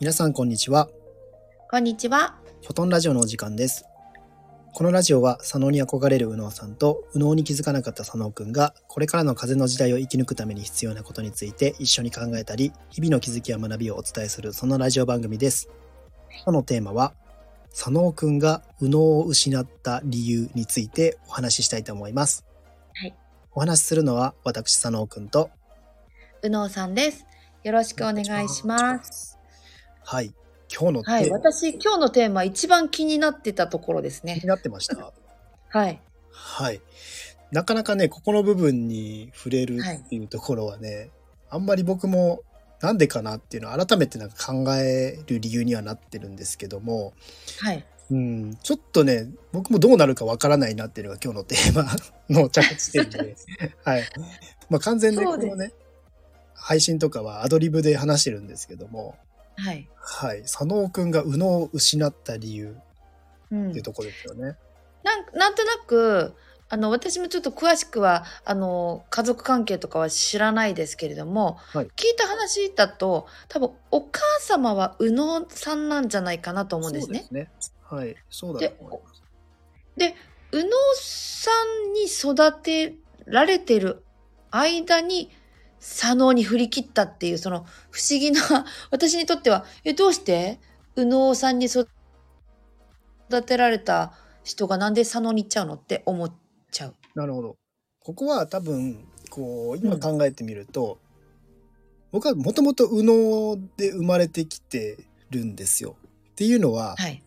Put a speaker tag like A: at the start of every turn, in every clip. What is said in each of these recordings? A: 皆さんこんにちは。
B: こんにちは。
A: フォトンラジオのお時間です。このラジオは左脳に憧れる右脳さんと右脳に気づかなかった左脳くんがこれからの風の時代を生き抜くために必要なことについて一緒に考えたり日々の気づきや学びをお伝えするそんなラジオ番組です。今日のテーマは左脳くんが右脳を失った理由についてお話ししたいと思います。
B: はい
A: お話しするのは私左脳くんと
B: うのうさんです。よろしくお願いします。
A: す。はい。今日のテ
B: はい、
A: ーマ、
B: 私今日のテーマ一番気になってたところです
A: 気に
B: ね。
A: なってました。
B: はい、
A: はい。なかなかね、ここの部分に触れる
B: はい
A: っていうところはね、あんまり僕もなんでかなっていうのを改めてなんか考える理由にはなってるんですけども、
B: はい、
A: うん、ちょっとね、僕もどうなるかわからないなっていうのが今日のテーマ の着地点で、はい。まあ完全でこ
B: そう
A: のね、配信とかはアドリブで話してるんですけども、
B: はい、
A: はい。佐野くんが右脳を失った理由
B: うん
A: っていうところですよね。
B: なんなんとなくあの私もちょっと詳しくはあの家族関係とかは知らないですけれども、
A: はい
B: 聞いた話だと多分お母様は右脳さんなんじゃないかなと思うんですね
A: そ。うですね。はい。そうだと思います。
B: 右脳さんに育てられてる間に左脳に振り切ったっていうその不思議な 私にとってはえどうして右脳さんに育てられた人がなんで左脳に行っちゃうのって思っちゃう。
A: なるほど。ここは多分こう今考えてみると、僕はもともと右脳で生まれてきてるんですよ。っていうのは、
B: はい、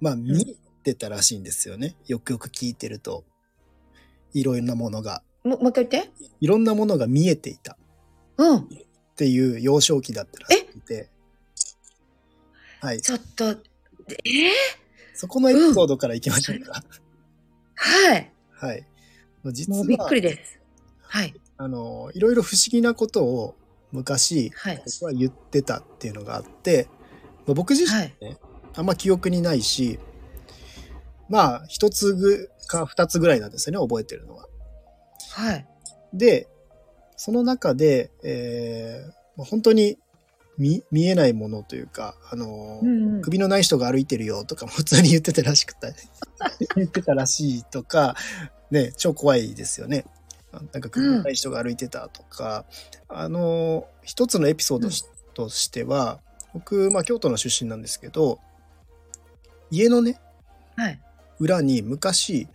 A: まあ見てたらしいんですよね。よくよく聞いてるといろんなものが
B: ももう一回言って。
A: いろんなものが見えていた
B: うん、
A: っていう幼少期だったらしくて。はい、
B: ちょっと、えー
A: そこのエピソードからいきましょうか。
B: はい、
A: はい。実
B: もうびっ
A: は
B: くりです。はい、
A: あのいろいろ不思議なことを昔
B: はい、
A: 僕は言ってたっていうのがあって、まあ僕自身
B: はい、
A: あんま記憶にないし、まあ一つぐか二つぐらいなんですよね、覚えてるのは。
B: はい、
A: で、その中で、えーまあ本当に見見えないものというか、あのー
B: うんうん
A: 首のない人が歩いてるよとかも普通に言ってたらしく て、言ってたらしいとか、ね、超怖いですよね。なんか首のない人が歩いてたとか、あの、一つのエピソードしとしては、僕、まあ京都の出身なんですけど、家のね、
B: はい、
A: 裏に昔、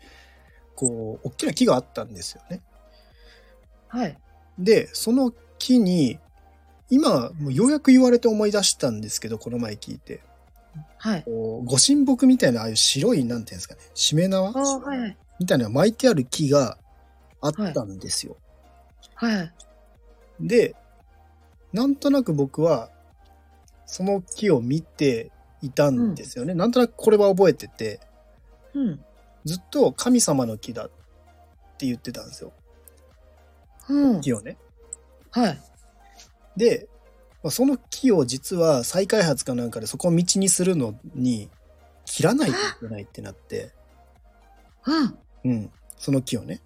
A: こう、大きな木があったんですよね。
B: はい、
A: で、その木に、今、もうようやく言われて思い出したんですけど、この前聞いて。
B: はい。
A: こうご神木みたいな、ああいう白い、なんていうんですかね、しめ縄
B: あーはい、はい、
A: みたいなのが巻いてある木があったんですよ。
B: はい、
A: で、なんとなく僕は、その木を見ていたんですよね。なんとなくこれは覚えてて、
B: うん、
A: ずっと神様の木だって言ってたんですよ。
B: うん、
A: 木をね。
B: はい。
A: で、まあその木を実は再開発かなんかでそこを道にするのに、切らないといけないってなって、
B: うん、
A: うん、その木をね。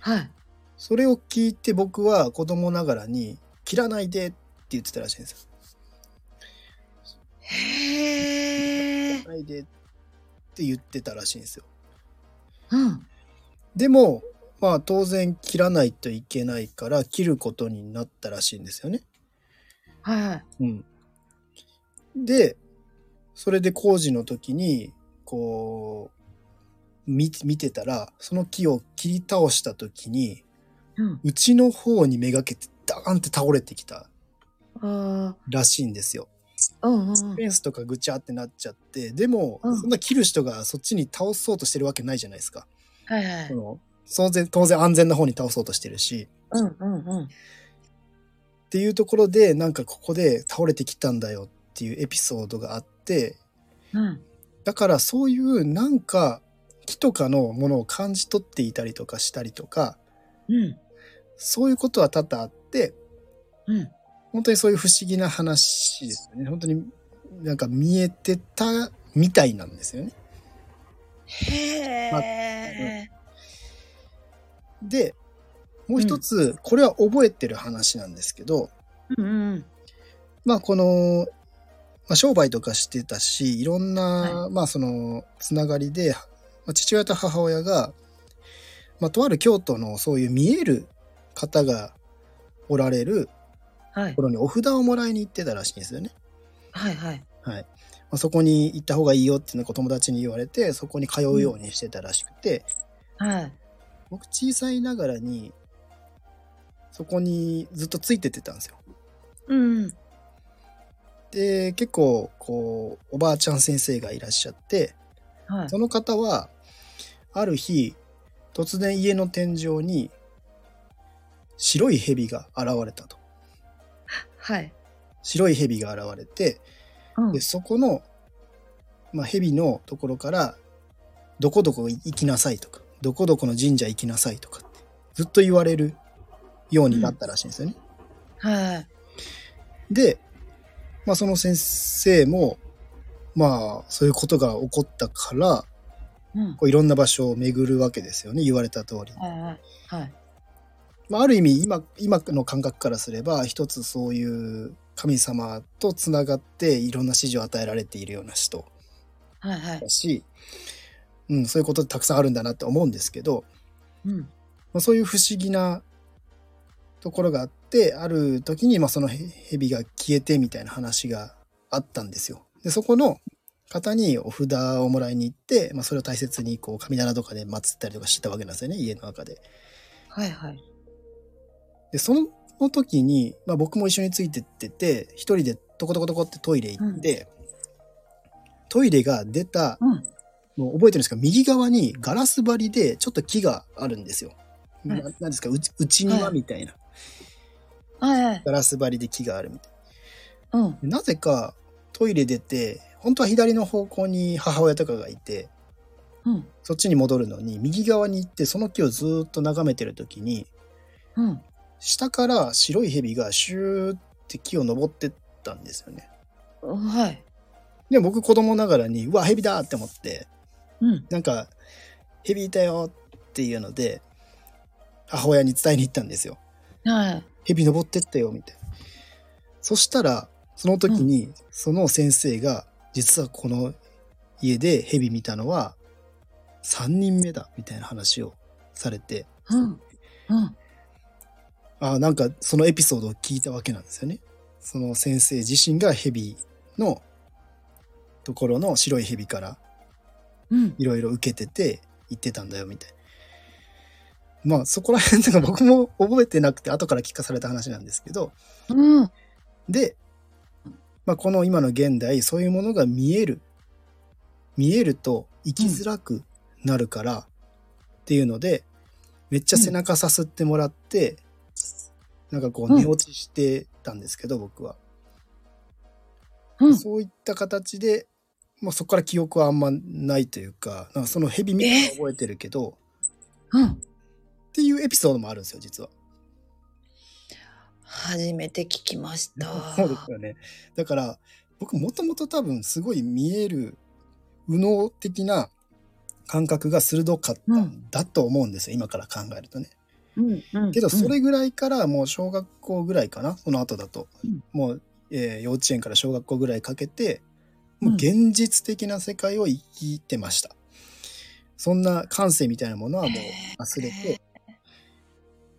B: はい。
A: それを聞いて僕は子供ながらに、切らないでって言ってたらしいんですよ。
B: へえ。
A: ないでって言ってたらしいんですよ。
B: うん。
A: でも、まあ当然切らないといけないから切ることになったらしいんですよね。
B: はいはい。
A: うん。で、それで工事の時に、こう、見見てたら、その木を切り倒した時に、
B: うん。
A: うちの方にめがけてダーンって倒れてきた
B: あ
A: らしいんですよ。
B: あ。うんうんうん
A: フ。ェンスとかぐちゃってなっちゃって、でも、
B: うん
A: そんな切る人がそっちに倒そうとしてるわけないじゃないですか。
B: はいは
A: そ
B: い。
A: の当然、当然安全な方に倒そうとしてるし、
B: うんうんうん。
A: っていうところで、なんかここで倒れてきたんだよっていうエピソードがあって、
B: うん。
A: だからそういうなんか木とかのものを感じ取っていたりとかしたりとか、
B: うん。
A: そういうことは多々あって、
B: うん。
A: 本当にそういう不思議な話ですよね。本当になんか見えてたみたいなんですよね。
B: へえ。
A: で、もう一つ、これは覚えてる話なんですけど、
B: うんうん。
A: まあこの、まあ、商売とかしてたしいろんな、まあそのつながりで、まあ、父親と母親が、まあ、とある京都のそういう見える方がおられる
B: はい
A: ところにお札をもらいに行ってたらしいんですよね。
B: はいはい
A: はいまあ、そこに行った方がいいよっていうのを友達に言われてそこに通うようにしてたらしくて、
B: はい
A: 僕小さいながらにそこにずっとついてってたんですよ。
B: うん
A: で結構こうおばあちゃん先生がいらっしゃって
B: はい
A: その方はある日突然家の天井に白い蛇が現れたと
B: はい
A: 白い蛇が現れて
B: うん
A: でそこの、まあ、蛇のところから「どこどこ行きなさい」とか「どこどこの神社行きなさい」とかってずっと言われるようになったらしいんですよね。
B: はい
A: で、まあ、その先生もまあそういうことが起こったから
B: うん
A: こういろんな場所を巡るわけですよね言われた通り。
B: はいはいはい
A: まあ、ある意味今今の感覚からすれば一つそういう神様とつながっていろんな指示を与えられているような人
B: はいはい
A: だし、うん、そういうことってたくさんあるんだなって思うんですけど、
B: うん
A: まあ、そういう不思議なところがあってある時にまあそのへ蛇が消えてみたいな話があったんですよ。でそこの方にお札をもらいに行って、まあ、それを大切にこう神棚とかで祀ったりとかしてたわけなんですよね家の中で。
B: はいはい
A: でその時に、まあ、僕も一緒についてってて一人でトコトコトコってトイレ行って、トイレが出た
B: うん
A: もう覚えてるんですか右側にガラス張りでちょっと木があるんですよ。な
B: はい
A: なんですかうち内庭
B: はい
A: みたいな、
B: はいはい
A: ガラス張りで木があるみたい
B: うん
A: な。なぜかトイレ出て本当は左の方向に母親とかがいて
B: うん
A: そっちに戻るのに右側に行ってその木をずーっと眺めてる時に
B: うん
A: 下から白い蛇がシューって木を登ってったんですよね。
B: うんはい
A: で僕子供ながらにうわ蛇だって思って
B: うん
A: なんか蛇いたよっていうので母親に伝えに行ったんですよ。
B: はい
A: 蛇登ってったよみたいな。そしたらその時に、その先生が実はこの家で蛇見たのは3人目だみたいな話をされて
B: うんうん
A: あなんかそのエピソードを聞いたわけなんですよね。その先生自身が蛇のところの白い蛇から
B: うん
A: いろいろ受けてて行ってたんだよみたいな。まあそこら辺とか僕も覚えてなくて後から聞かされた話なんですけど
B: うん
A: で、まあ、この今の現代そういうものが見える見えると生きづらくなるからっていうので、めっちゃ背中さすってもらって、なんかこ
B: う
A: うん寝落ちしてたんですけど、僕は、
B: うん
A: そういった形で、まあ、そこから記憶はあんまないというかなんかその蛇見たのは覚えてるけど、
B: うん
A: っていうエピソードもあるんですよ実は。
B: 初めて聞きまし た
A: そうですよね。だから僕もともと多分すごい見える右脳的な感覚が鋭かったんだと思うんですよ、今から考えるとね。
B: うんうん
A: けどそれぐらいからもう小学校ぐらいかなその後だと、
B: うん
A: もう、えー幼稚園から小学校ぐらいかけてもううん現実的な世界を生きてました。そんな感性みたいなものはもう忘れ
B: へ
A: て、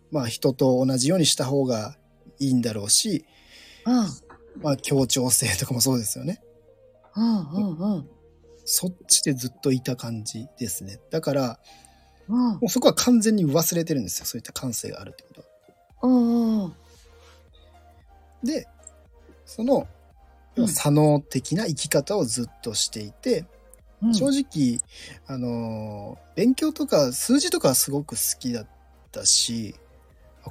A: まあ人と同じようにした方がいいんだろうし、
B: うん
A: まあ、協調性とかもそうですよね。
B: うんうんうん
A: そっちでずっといた感じですね。だから、
B: うん
A: もうそこは完全に忘れてるんですよ。そういった感性があるってことは。
B: うんうん
A: で、その、
B: うん
A: 左脳的な生き方をずっとしていて、
B: うん
A: 正直、あのー勉強とか数字とかはすごく好きだったし、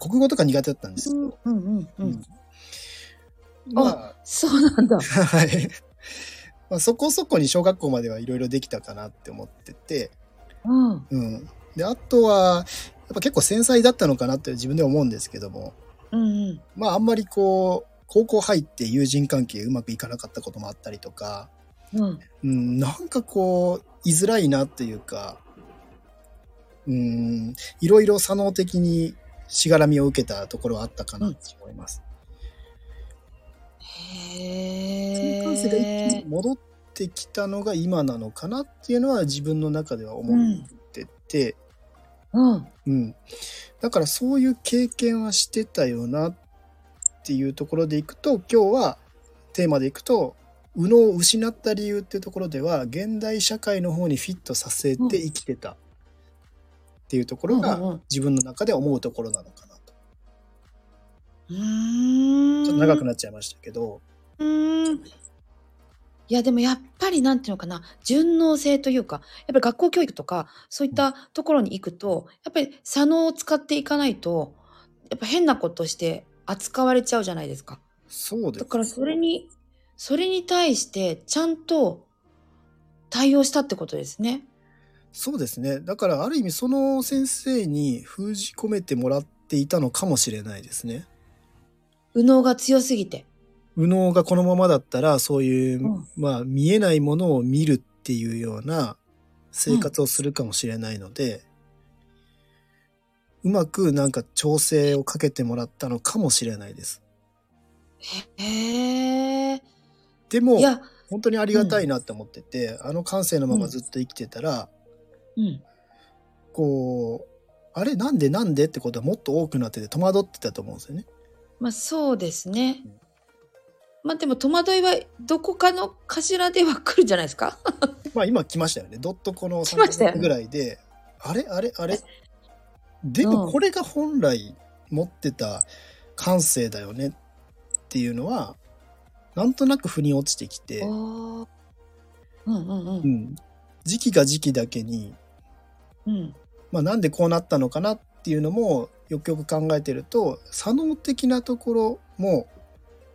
A: 国語とか苦手だったんですけど、
B: うんうんう
A: うん
B: ん
A: まあ、
B: そうなんだ
A: はい。 まあ、そこそこに小学校まではいろいろできたかなって思ってて、
B: うん
A: うん、であとはやっぱ結構繊細だったのかなって自分では思うんですけども
B: うんうん
A: まああんまりこう高校入って友人関係うまくいかなかったこともあったりとか、
B: うん
A: うん、なんかこう居づらいなというか、うん、いろいろ左脳的にしがらみを受けたところはあったかなと思います。
B: へ
A: 共
B: え。
A: 感性が一気に戻ってきたのが今なのかなっていうのは自分の中では思ってて、
B: うん。
A: うんだからそういう経験はしてたよなっていうところでいくと今日はテーマでいくと右脳を失った理由っていうところでは現代社会の方にフィットさせて生きてたっていうところ
B: うんうんう
A: が
B: ん
A: 自分の中で思うところなのかなと。
B: うーん。
A: ちょっと長くなっちゃいましたけど、
B: うーんいやでもやっぱりなんていうのかな順応性というかやっぱり学校教育とかそういったところに行くとやっぱり左脳を使っていかないとやっぱ変なことして扱われちゃうじゃないですか。
A: そうで
B: だ
A: す
B: からそれにそれに対してちゃんと対応したってことですね。
A: そうですね。だからある意味その先生に封じ込めてもらっていたのかもしれないですね。
B: 右脳が強すぎて。
A: 右脳がこのままだったらそういう、
B: うん
A: まあ見えないものを見るっていうような生活をするかもしれないので、うまくなんか調整をかけてもらったのかもしれないです。
B: へえ。
A: でも
B: いや、
A: 本当にありがたいなって思ってて、あの感性のままずっと生きてたら、
B: うん、
A: こうあれなんでなんでってことはもっと多くなってて戸惑ってたと思うんですよね。
B: まあそうですね。まあでも戸惑いはどこかの頭では来るんじゃないですか。
A: まあ今来ましたよね。ドットコの
B: 来ましたよ
A: 3
B: ね
A: ぐらいで、あれあれあれでもこれが本来持ってた感性だよねっていうのは、なんとなく腑に落ちてきて、
B: おーうんうんう
A: うんん、時期が時期だけに、
B: うん
A: まあ、なんでこうなったのかなっていうのもよくよく考えてると左脳的なところも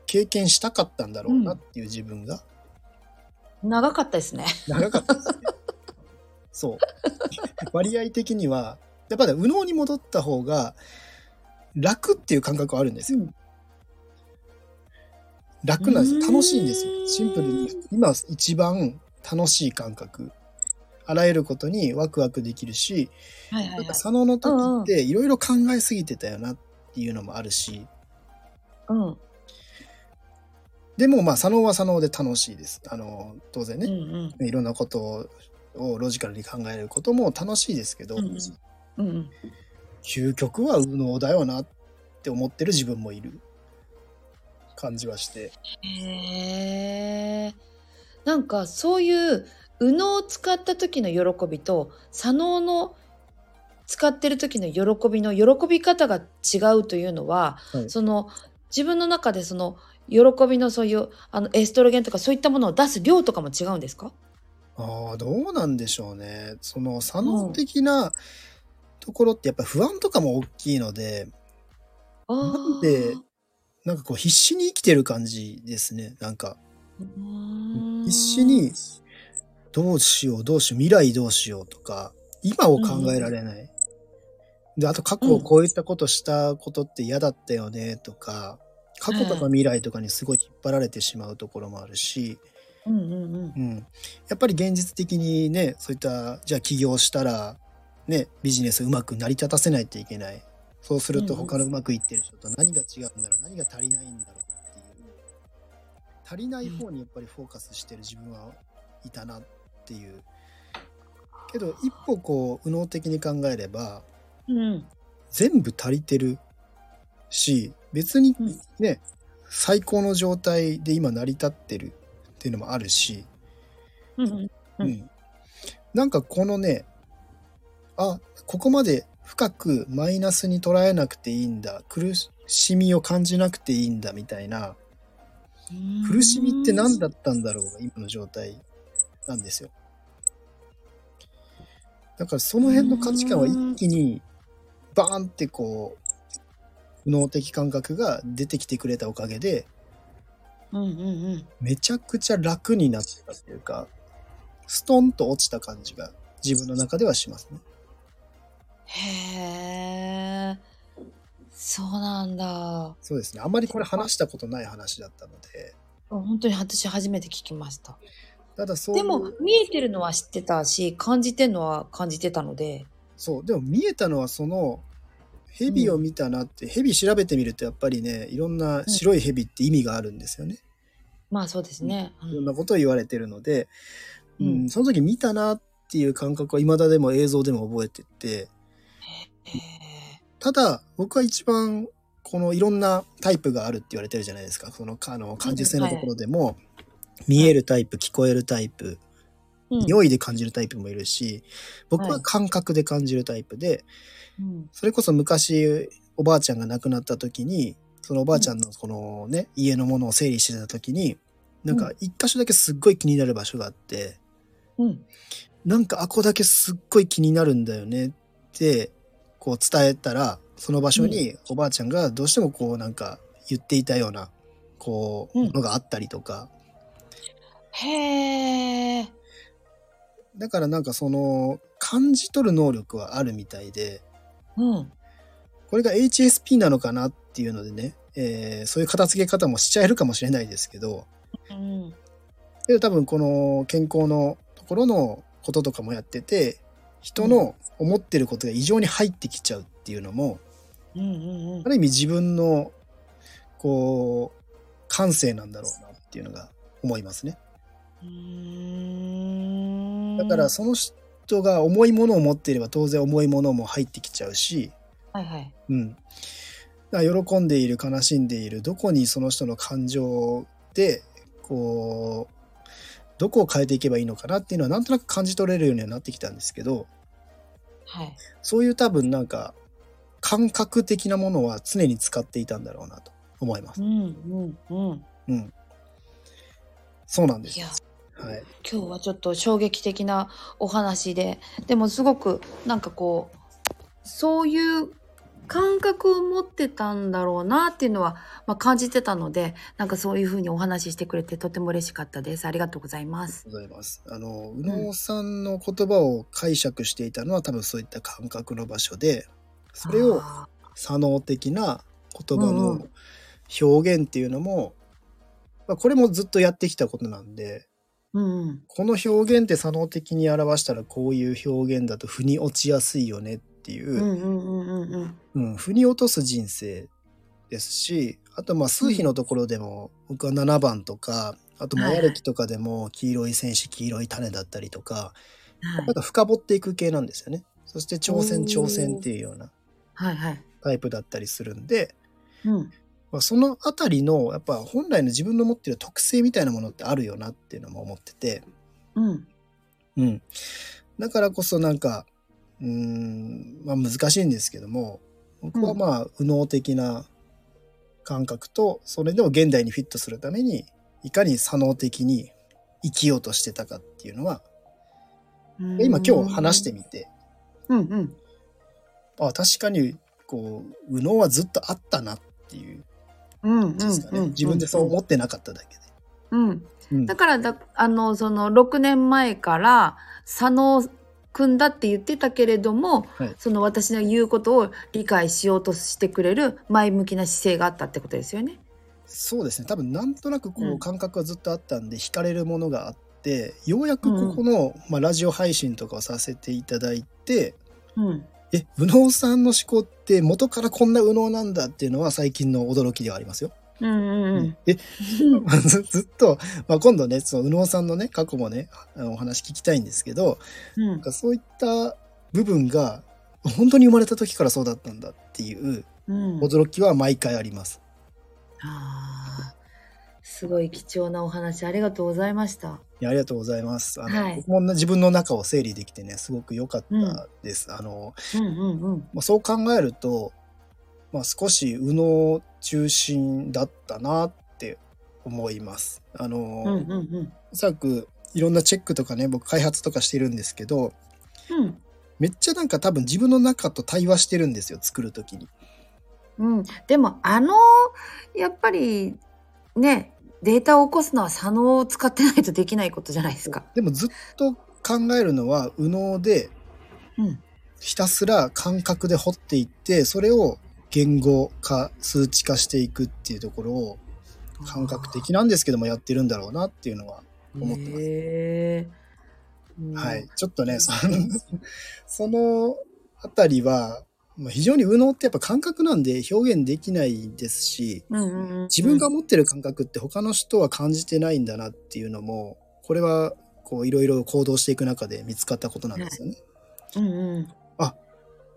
A: 経験したかったんだろうなっていう自分が
B: 長かったですね。
A: 長かったですね。そう。割合的には、やっぱり右脳に戻った方が楽っていう感覚はあるんですよ。楽なんです
B: うー
A: よ。
B: ん
A: 楽しいんですよ。シンプルに、今一番楽しい感覚。あらゆることにワクワクできるし、
B: はいは
A: ないん
B: は
A: か
B: い。
A: 佐野の時っていろいろ考えすぎてたよなっていうのもあるし、
B: うん
A: でもまあ佐野は佐野で楽しいです。あの、当然
B: うん
A: ね、いろんなことををロジカルに考えることも楽しいですけど、
B: うんうんうん。
A: 究極は右脳だよなって思ってる自分もいる感じはして
B: へえ。なんかそういう右脳を使った時の喜びと左脳の使ってる時の喜びの喜び方が違うというのは、
A: はい
B: その自分の中でその喜びのそういうあのエストロゲンとかそういったものを出す量とかも違うんですか？
A: ああどうなんでしょうねその左脳的なところってやっぱ不安とかも大きいので
B: あー
A: でなんかこう必死に生きてる感じですねなんか
B: うーん
A: 必死にどうしようどうしよう未来どうしようとか今を考えられない、であと過去をこういったことしたことって嫌だったよねとか過去とか未来とかにすごい引っ張られてしまうところもあるし、
B: うんうんうん
A: うん、やっぱり現実的にねそういったじゃあ起業したら、ね、ビジネスをうまく成り立たせないといけないそうすると
B: うんうん
A: 他のうまくいってる人と何が違うんだろう何が足りないんだろうっていう足りない方にやっぱりフォーカスしてる自分はいたなっていうけど一歩こう右脳的に考えれば
B: うん
A: 全部足りてるし別に
B: うん
A: ね、最高の状態で今成り立ってるっていうのもあるし、
B: うんうんうん
A: うん、なんかこのねあここまで深くマイナスに捉えなくていいんだ苦しみを感じなくていいんだみたいな苦しみって何だったんだろうが今の状態なんですよだからその辺の価値観は一気にバーンってこう右脳的感覚が出てきてくれたおかげで
B: うんうんうん
A: めちゃくちゃ楽になったっていうか、ストンと落ちた感じが自分の中ではしますね。
B: へえそうなんだ
A: そうですね。あんまりこれ話したことない話だったので、
B: 本当に私初めて聞きました
A: ただそうい
B: で
A: う、
B: も見えてるのは知ってたし感じてるのは感じてたので
A: そう、でも見えたのはその、ヘビを見たなって、ヘビ調べてみるとやっぱりね、いろんな白いヘビって意味があるんですよね。
B: まあそうですね。う
A: いろん
B: ん
A: なことを言われてるので、うん
B: うん
A: その時見たなっていう感覚は未だでも映像でも覚えてて
B: へ
A: ただ僕は一番このいろんなタイプがあるって言われてるじゃないですかそのかあの感受性のところでも、見えるタイプ聞こえるタイプ
B: ー
A: 匂いで感じるタイプもいるし僕
B: は
A: はい感覚で感じるタイプで、
B: うん
A: それこそ昔おばあちゃんが亡くなった時にそのおばあちゃんのこのね、家のものを整理してた時になん
B: う
A: か一箇所だけすっごい気になる場所があって、
B: うん
A: なんかあこだけすっごい気になるんだよねってこう伝えたらその場所におばあちゃんがどうしてもこうなんか言っていたようなこう
B: うん
A: ものがあったりとか、
B: へえ。
A: だからなんかその感じ取る能力はあるみたいで
B: うん。
A: これが HSP なのかなっていうのでね、えーそういう片付け方もしちゃえるかもしれないですけど
B: うん。
A: けど多分この健康のところのこととかもやってて人の思ってることが異常に入ってきちゃうっていうのも
B: うんうんう
A: あ。
B: ん
A: る意味自分のこう感性なんだろうなっていうのが思いますね。
B: うーん
A: だからその人が重いものを持っていれば当然重いものも入ってきちゃうし、
B: はいはい。
A: うん、だから喜んでいる悲しんでいるどこにその人の感情でこうどこを変えていけばいいのかなっていうのはなんとなく感じ取れるようにはなってきたんですけど
B: はい。
A: そういう多分なんか感覚的なものは常に使っていたんだろうなと思います
B: う。んうんうん。
A: うん、そうなんで
B: い
A: す。
B: や、
A: はい、
B: 今日はちょっと衝撃的なお話で、でもすごくなんかこう、そういう感覚を持ってたんだろうなっていうのは、まあ、感じてたので、なんかそういうふうにお話ししてくれてとても嬉しかったです。ありがとうございます。
A: ございます。あの宇野さんの言葉を解釈していたのは多分そういった感覚の場所でそれを
B: あ
A: 左脳的な言葉
B: うんう
A: の表現っていうのも、まあ、これもずっとやってきたことなんで
B: ー、うんうん。
A: この表現って左脳的に表したらこういう表現だと腑に落ちやすいよねっていうう、
B: んうんうんうんうん。
A: うん腑に落とす人生ですしあとまあ数比のところでも僕は7番とかあとマヤ歴とかでも黄色い戦士黄色い種だったりとか、
B: はい
A: なんか深掘っていく系なんですよね。そして挑戦
B: おー
A: 挑戦っていうような
B: はいはい。
A: タイプだったりするんで、
B: うん。
A: まあ、そのあたりのやっぱ本来の自分の持ってる特性みたいなものってあるよなっていうのも思ってて、
B: うん。
A: うん、だからこそなんかうーん、まあ、難しいんですけども僕はまあ右脳的な感覚とそれでも現代にフィットするためにいかに左脳的に生きようとしてたかっていうのは今今日話してみて
B: うんうん。
A: あ確かにこう右脳はずっとあったなっていう
B: うんうん
A: ですかね、
B: うん
A: 自分でそう思ってなかっただけで。
B: うん。
A: うん
B: だからだ、あの、その、6年前から、佐野くんだって言ってたけれども、
A: はい
B: その私の言うことを理解しようとしてくれる前向きな姿勢があったってことですよね。
A: そうですね多分なんとなくこ
B: う
A: うん感覚はずっとあったんで、惹かれるものがあってようやくここの、まあ、ラジオ配信とかをさせていただいて
B: うん。
A: え右脳さんの思考って元からこんな右脳なんだっていうのは最近の驚きではありますよ。
B: うんうんうん。
A: え ずずっと、まあ、今度ねその右脳さんのね過去もねあのお話聞きたいんですけど
B: うん
A: なんかそういった部分が本当に生まれた時からそうだったんだっていう
B: うん。
A: 驚きは毎回あります。
B: あーすごい貴重なお話ありがとうございました。
A: いやありがとうございます。あの、
B: はい
A: 僕も自分の中を整理できてね、すごく良かったです。あの、
B: うんうんうん。
A: まあ、そう考えると、まあ、少し右脳中心だったなって思います。あの、
B: うんうんうん。
A: おそらくいろんなチェックとかね、僕開発とかしてるんですけど、
B: うん。
A: めっちゃなんか多分自分の中と対話してるんですよ、作るときに。
B: うん、でもあのやっぱりねデータを起こすのは左脳を使ってないとできないことじゃないですか。
A: でもずっと考えるのは右脳で
B: うん
A: ひたすら感覚で掘っていってそれを言語化数値化していくっていうところを感覚的なんですけどもやってるんだろうなっていうのは、思ってます
B: へーうん
A: はいちょっとねそのそのあたりはまあ、非常に右脳ってやっぱ感覚なんで表現できないですし、自分が持ってる感覚って他の人は感じてないんだなっていうのも、これはこういろいろ行動していく中で見つかったことなんですよね。
B: うんうん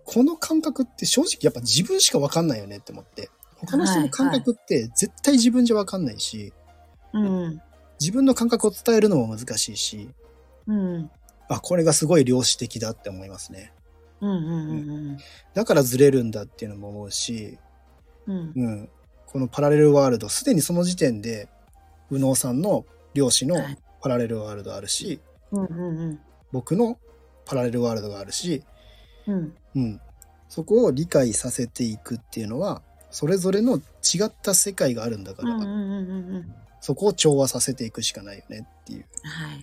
A: この感覚って正直やっぱ自分しかわかんないよねって思って。他の人の感覚って絶対自分じゃわかんないし、
B: うん
A: 自分の感覚を伝えるのも難しいし、
B: うん
A: あ、これがすごい量子的だって思いますね。
B: うんうん
A: だからずれるんだっていうのも思うし、
B: うん
A: うん、このパラレルワールドすでにその時点で右脳さんの漁師の
B: はい
A: パラレルワールドあるし、
B: うんうん
A: 僕のパラレルワールドがあるし、
B: うん
A: うん、そこを理解させていくっていうのはそれぞれの違った世界があるんだから、
B: うん
A: そこを調和させていくしかないよねっていう
B: はい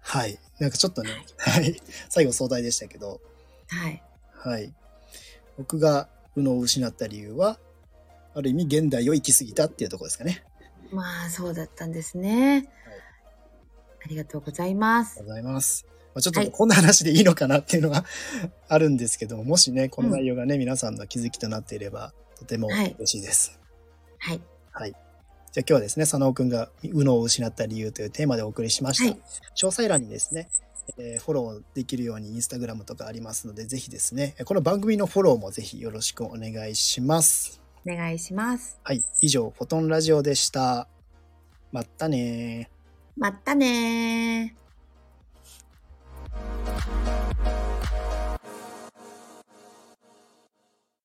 A: はいなんかちょっとね、 はい、最後壮大でしたけど、
B: はい
A: はい、僕が右脳を失った理由はある意味現代を行き過ぎたっていうところですかね。
B: まあそうだったんですねありがとうございま
A: ありがと
B: す
A: うございます。まあ、ちょっと
B: はい
A: こんな話でいいのかなっていうのが あるんですけども、もしね、この内容がね、皆さんの気づきとなっていれば、とても
B: はい
A: 嬉しいです。
B: はい
A: じゃあ今日はですね、佐野くんが右脳を失った理由というテーマでお送りしました。
B: はい
A: 詳細欄にですね、えーフォローできるようにインスタグラムとかありますので、ぜひですね、この番組のフォローもぜひよろしくお願いします。
B: お願いします
A: はい、以上、フォトンラジオでした。まったねー。
B: またねー